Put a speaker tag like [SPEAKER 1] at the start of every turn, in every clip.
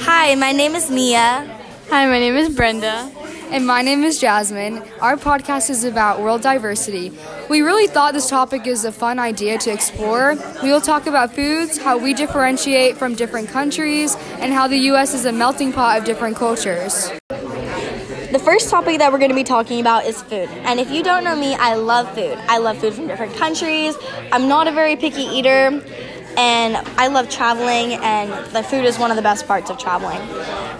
[SPEAKER 1] Hi, my name is Mia.
[SPEAKER 2] Hi, my name is Brenda.
[SPEAKER 3] And my name is Jasmine. Our podcast is about world diversity. We really thought this topic is a fun idea to explore. We will talk about foods, how we differentiate from different countries, and how the U.S. is a melting pot of different cultures.
[SPEAKER 1] The first topic that we're going to be talking about is food. And if you don't know me, I love food. I love food from different countries. I'm not a very picky eater. And I love traveling, and the food is one of the best parts of traveling.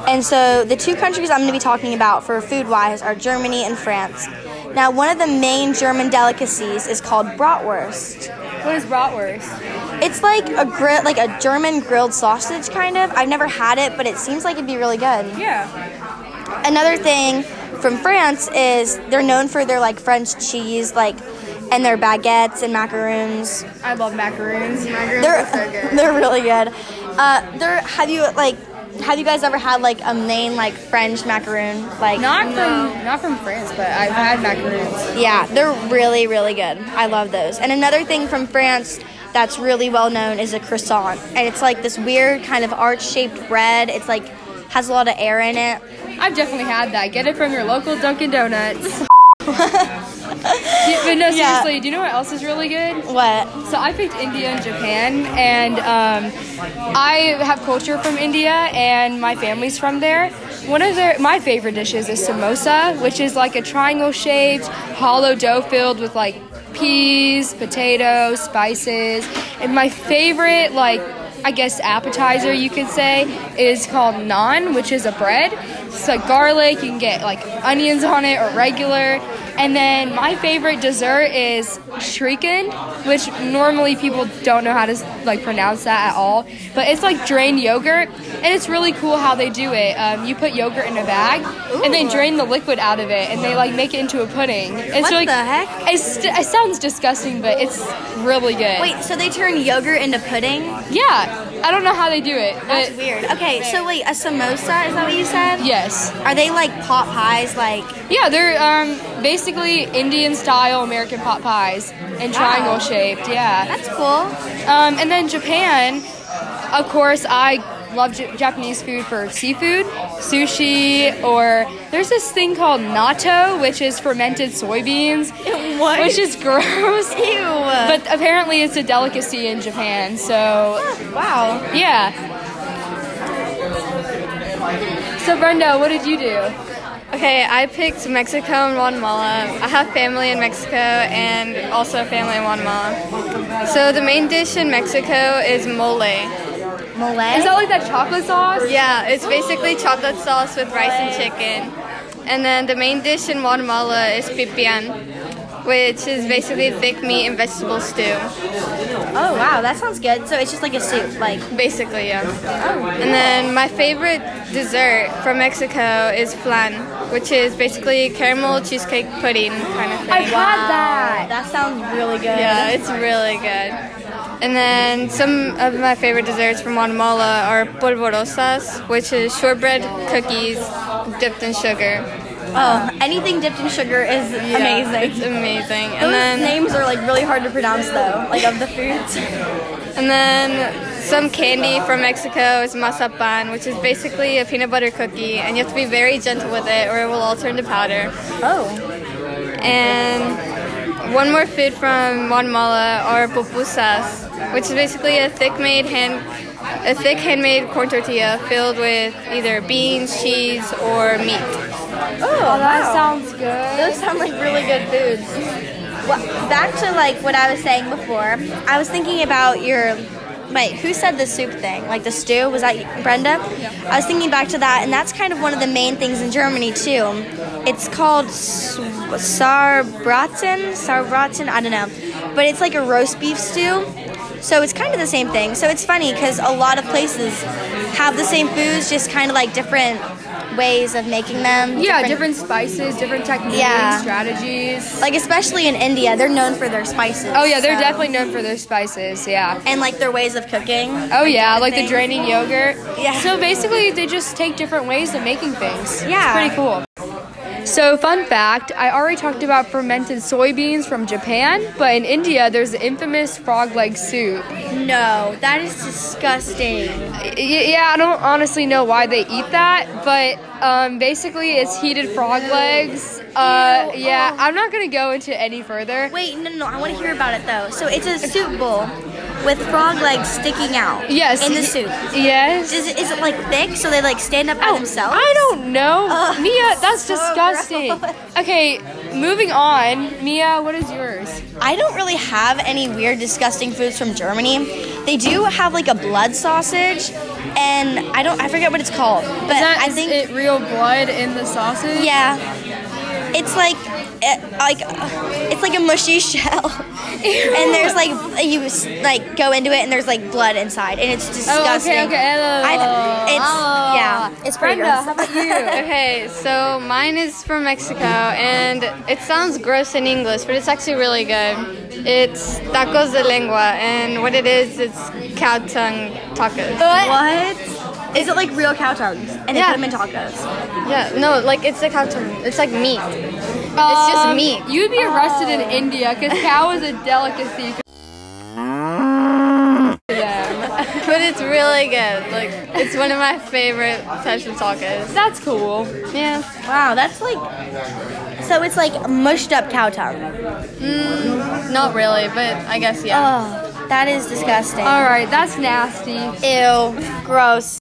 [SPEAKER 1] And so, the two countries I'm going to be talking about for food wise are Germany and France. Now, one of the main German delicacies is called bratwurst.
[SPEAKER 3] What is bratwurst?
[SPEAKER 1] It's like a grill, like a German grilled sausage, kind of. I've never had it, but it seems like it'd be really good.
[SPEAKER 3] Yeah.
[SPEAKER 1] Another thing from France is they're known for their like French cheese, like and their baguettes and macaroons.
[SPEAKER 3] I love macaroons.
[SPEAKER 1] They're they're really good. Uh, they're have you like have you guys ever had like a main like French macaroon like
[SPEAKER 3] Not from not from France, but I've had macaroons.
[SPEAKER 1] yeah they're really really good. I love those. And another thing from France that's really well known is a croissant, and it's like this weird kind of arch shaped bread. It's like has a lot of air in it.
[SPEAKER 3] I've definitely had that. Get it from your local Dunkin' Donuts. Yeah, but no,
[SPEAKER 1] Yeah.
[SPEAKER 3] seriously, do you know what else is really good?
[SPEAKER 1] What?
[SPEAKER 3] So I picked India and Japan, and um, I have culture from India, and my family's from there. One of their my favorite dishes is samosa, which is like a triangle-shaped hollow dough filled with like peas, potatoes, spices, and my favorite like I guess appetizer you could say is called naan, which is a bread. It's like garlic. You can get like onions on it or regular. And then my favorite dessert is shriken, which normally people don't know how to like pronounce that at all. But it's like drained yogurt, and it's really cool how they do it. Um, you put yogurt in a bag, and they drain the liquid out of it, and they like make it into a pudding. It's
[SPEAKER 1] What
[SPEAKER 3] really,
[SPEAKER 1] the heck?
[SPEAKER 3] It's, it sounds disgusting, but it's really good.
[SPEAKER 1] Wait, so they turn yogurt into pudding?
[SPEAKER 3] Yeah, I don't know how they do it,
[SPEAKER 1] That's
[SPEAKER 3] but
[SPEAKER 1] weird. Okay, so wait, a samosa, is that what you said?
[SPEAKER 3] yes,
[SPEAKER 1] Are they like pot pies? Like,
[SPEAKER 3] yeah, they're um, basically Indian style American pot pies and triangle shaped. Yeah.
[SPEAKER 1] that's cool.
[SPEAKER 3] Um, and then Japan, of course, I love J- Japanese food for seafood, sushi, or there's this thing called natto, which is fermented soybeans,
[SPEAKER 1] What?
[SPEAKER 3] which is gross.
[SPEAKER 1] Ew.
[SPEAKER 3] But apparently, it's a delicacy in Japan. So,
[SPEAKER 1] wow.
[SPEAKER 3] yeah. So, Brenda, what did you do?
[SPEAKER 2] Okay, I picked Mexico and Guatemala. I have family in Mexico and also family in Guatemala. So the main dish in Mexico is mole.
[SPEAKER 1] Mole?
[SPEAKER 3] Is that like that chocolate sauce?
[SPEAKER 2] Yeah, it's basically chocolate sauce with rice and chicken. And then the main dish in Guatemala is pipián, which is basically thick meat and vegetable stew.
[SPEAKER 1] oh, wow, that sounds good. So it's just like a soup, like.
[SPEAKER 2] Basically, yeah. And then my favorite dessert from Mexico is flan, which is basically caramel cheesecake pudding kind of thing.
[SPEAKER 3] I've had that.
[SPEAKER 1] That sounds really good.
[SPEAKER 2] Yeah, it's really good. And then some of my favorite desserts from Guatemala are polvorosas, which is shortbread cookies dipped in sugar.
[SPEAKER 1] Oh, anything dipped in sugar is
[SPEAKER 2] Yeah,
[SPEAKER 1] amazing.
[SPEAKER 2] It's amazing.
[SPEAKER 1] Those
[SPEAKER 2] And then
[SPEAKER 1] names are like really hard to pronounce though, like of the foods.
[SPEAKER 2] and then some candy from Mexico is mazapan, which is basically a peanut butter cookie, and you have to be very gentle with it, or it will all turn to powder.
[SPEAKER 1] Oh.
[SPEAKER 2] And one more food from Guatemala are pupusas, which is basically a thick made hand a thick handmade corn tortilla filled with either beans, cheese, or meat.
[SPEAKER 1] Oh,
[SPEAKER 3] That
[SPEAKER 1] wow.
[SPEAKER 3] sounds good.
[SPEAKER 1] Those sound like really good foods. Well, back to like what I was saying before. I was thinking about your. Wait, who said the soup thing? Like the stew? Was that you- Brenda? I was thinking back to that, and that's kind of one of the main things in Germany too. It's called s- Saarbraten. Saarbraten. I don't know, but it's like a roast beef stew. So it's kind of the same thing. So it's funny because a lot of places have the same foods, just kind of like different ways of making them.
[SPEAKER 3] Yeah, different spices, different techniques,
[SPEAKER 1] Yeah.
[SPEAKER 3] strategies.
[SPEAKER 1] Like especially in India, they're known for their spices.
[SPEAKER 3] Oh yeah, they're
[SPEAKER 1] so-
[SPEAKER 3] definitely known for their spices. Yeah.
[SPEAKER 1] and like their ways of cooking.
[SPEAKER 3] Oh yeah, like the
[SPEAKER 1] things.
[SPEAKER 3] draining yogurt.
[SPEAKER 1] Yeah.
[SPEAKER 3] So basically, they just take different ways of making things.
[SPEAKER 1] Yeah.
[SPEAKER 3] It's pretty cool. So, fun fact I already talked about fermented soybeans from Japan, but in India, there's the infamous frog leg soup.
[SPEAKER 1] No, that is disgusting.
[SPEAKER 3] Y- Yeah, I don't honestly know why they eat that, but um, basically it's heated frog legs. Uh, yeah,
[SPEAKER 1] Oh.
[SPEAKER 3] I'm not gonna go into any further.
[SPEAKER 1] Wait, no, no, no, I want to hear about it though. So it's a soup bowl with frog legs sticking out.
[SPEAKER 3] Yes.
[SPEAKER 1] In the
[SPEAKER 3] y-
[SPEAKER 1] soup.
[SPEAKER 3] Yes.
[SPEAKER 1] Is it, is it like thick so they like stand up by themselves?
[SPEAKER 3] Oh, I don't know.
[SPEAKER 1] Ugh,
[SPEAKER 3] Mia, that's
[SPEAKER 1] Oh, Uh, so
[SPEAKER 3] disgusting.
[SPEAKER 1] gross.
[SPEAKER 3] Okay, moving on. Mia, what is yours?
[SPEAKER 1] I don't really have any weird, disgusting foods from Germany. They do have like a blood sausage, and I don't, I forget what it's called, but I think,
[SPEAKER 3] it real blood in the sausage?
[SPEAKER 1] yeah, it's like, it, like, it's like a mushy shell, and there's like you s- like go into it, and there's like blood inside, and it's disgusting.
[SPEAKER 3] Oh, okay, okay.
[SPEAKER 1] I've, it's yeah, Oh. it's pretty
[SPEAKER 3] Brenda, how
[SPEAKER 1] gross.
[SPEAKER 3] about you?
[SPEAKER 2] Okay, so mine is from Mexico, and it sounds gross in English, but it's actually really good. It's tacos de lengua, and what it is, it's cow tongue tacos.
[SPEAKER 1] what? Is it like real cow tongues? And
[SPEAKER 2] Yeah.
[SPEAKER 1] they put them in tacos.
[SPEAKER 2] Yeah, no, like it's a cow tongue. It's like meat. it's just
[SPEAKER 3] Um,
[SPEAKER 2] meat.
[SPEAKER 3] You'd be arrested in India because cow is a delicacy. Yeah.
[SPEAKER 2] But it's really good. Like it's one of my favorite types of tacos.
[SPEAKER 3] That's cool.
[SPEAKER 2] Yeah.
[SPEAKER 1] Wow, that's like, so it's like mushed up cow tongue.
[SPEAKER 2] Mm, not really, but I guess yeah.
[SPEAKER 1] Oh, that is disgusting.
[SPEAKER 3] All right, that's nasty.
[SPEAKER 1] Ew, gross.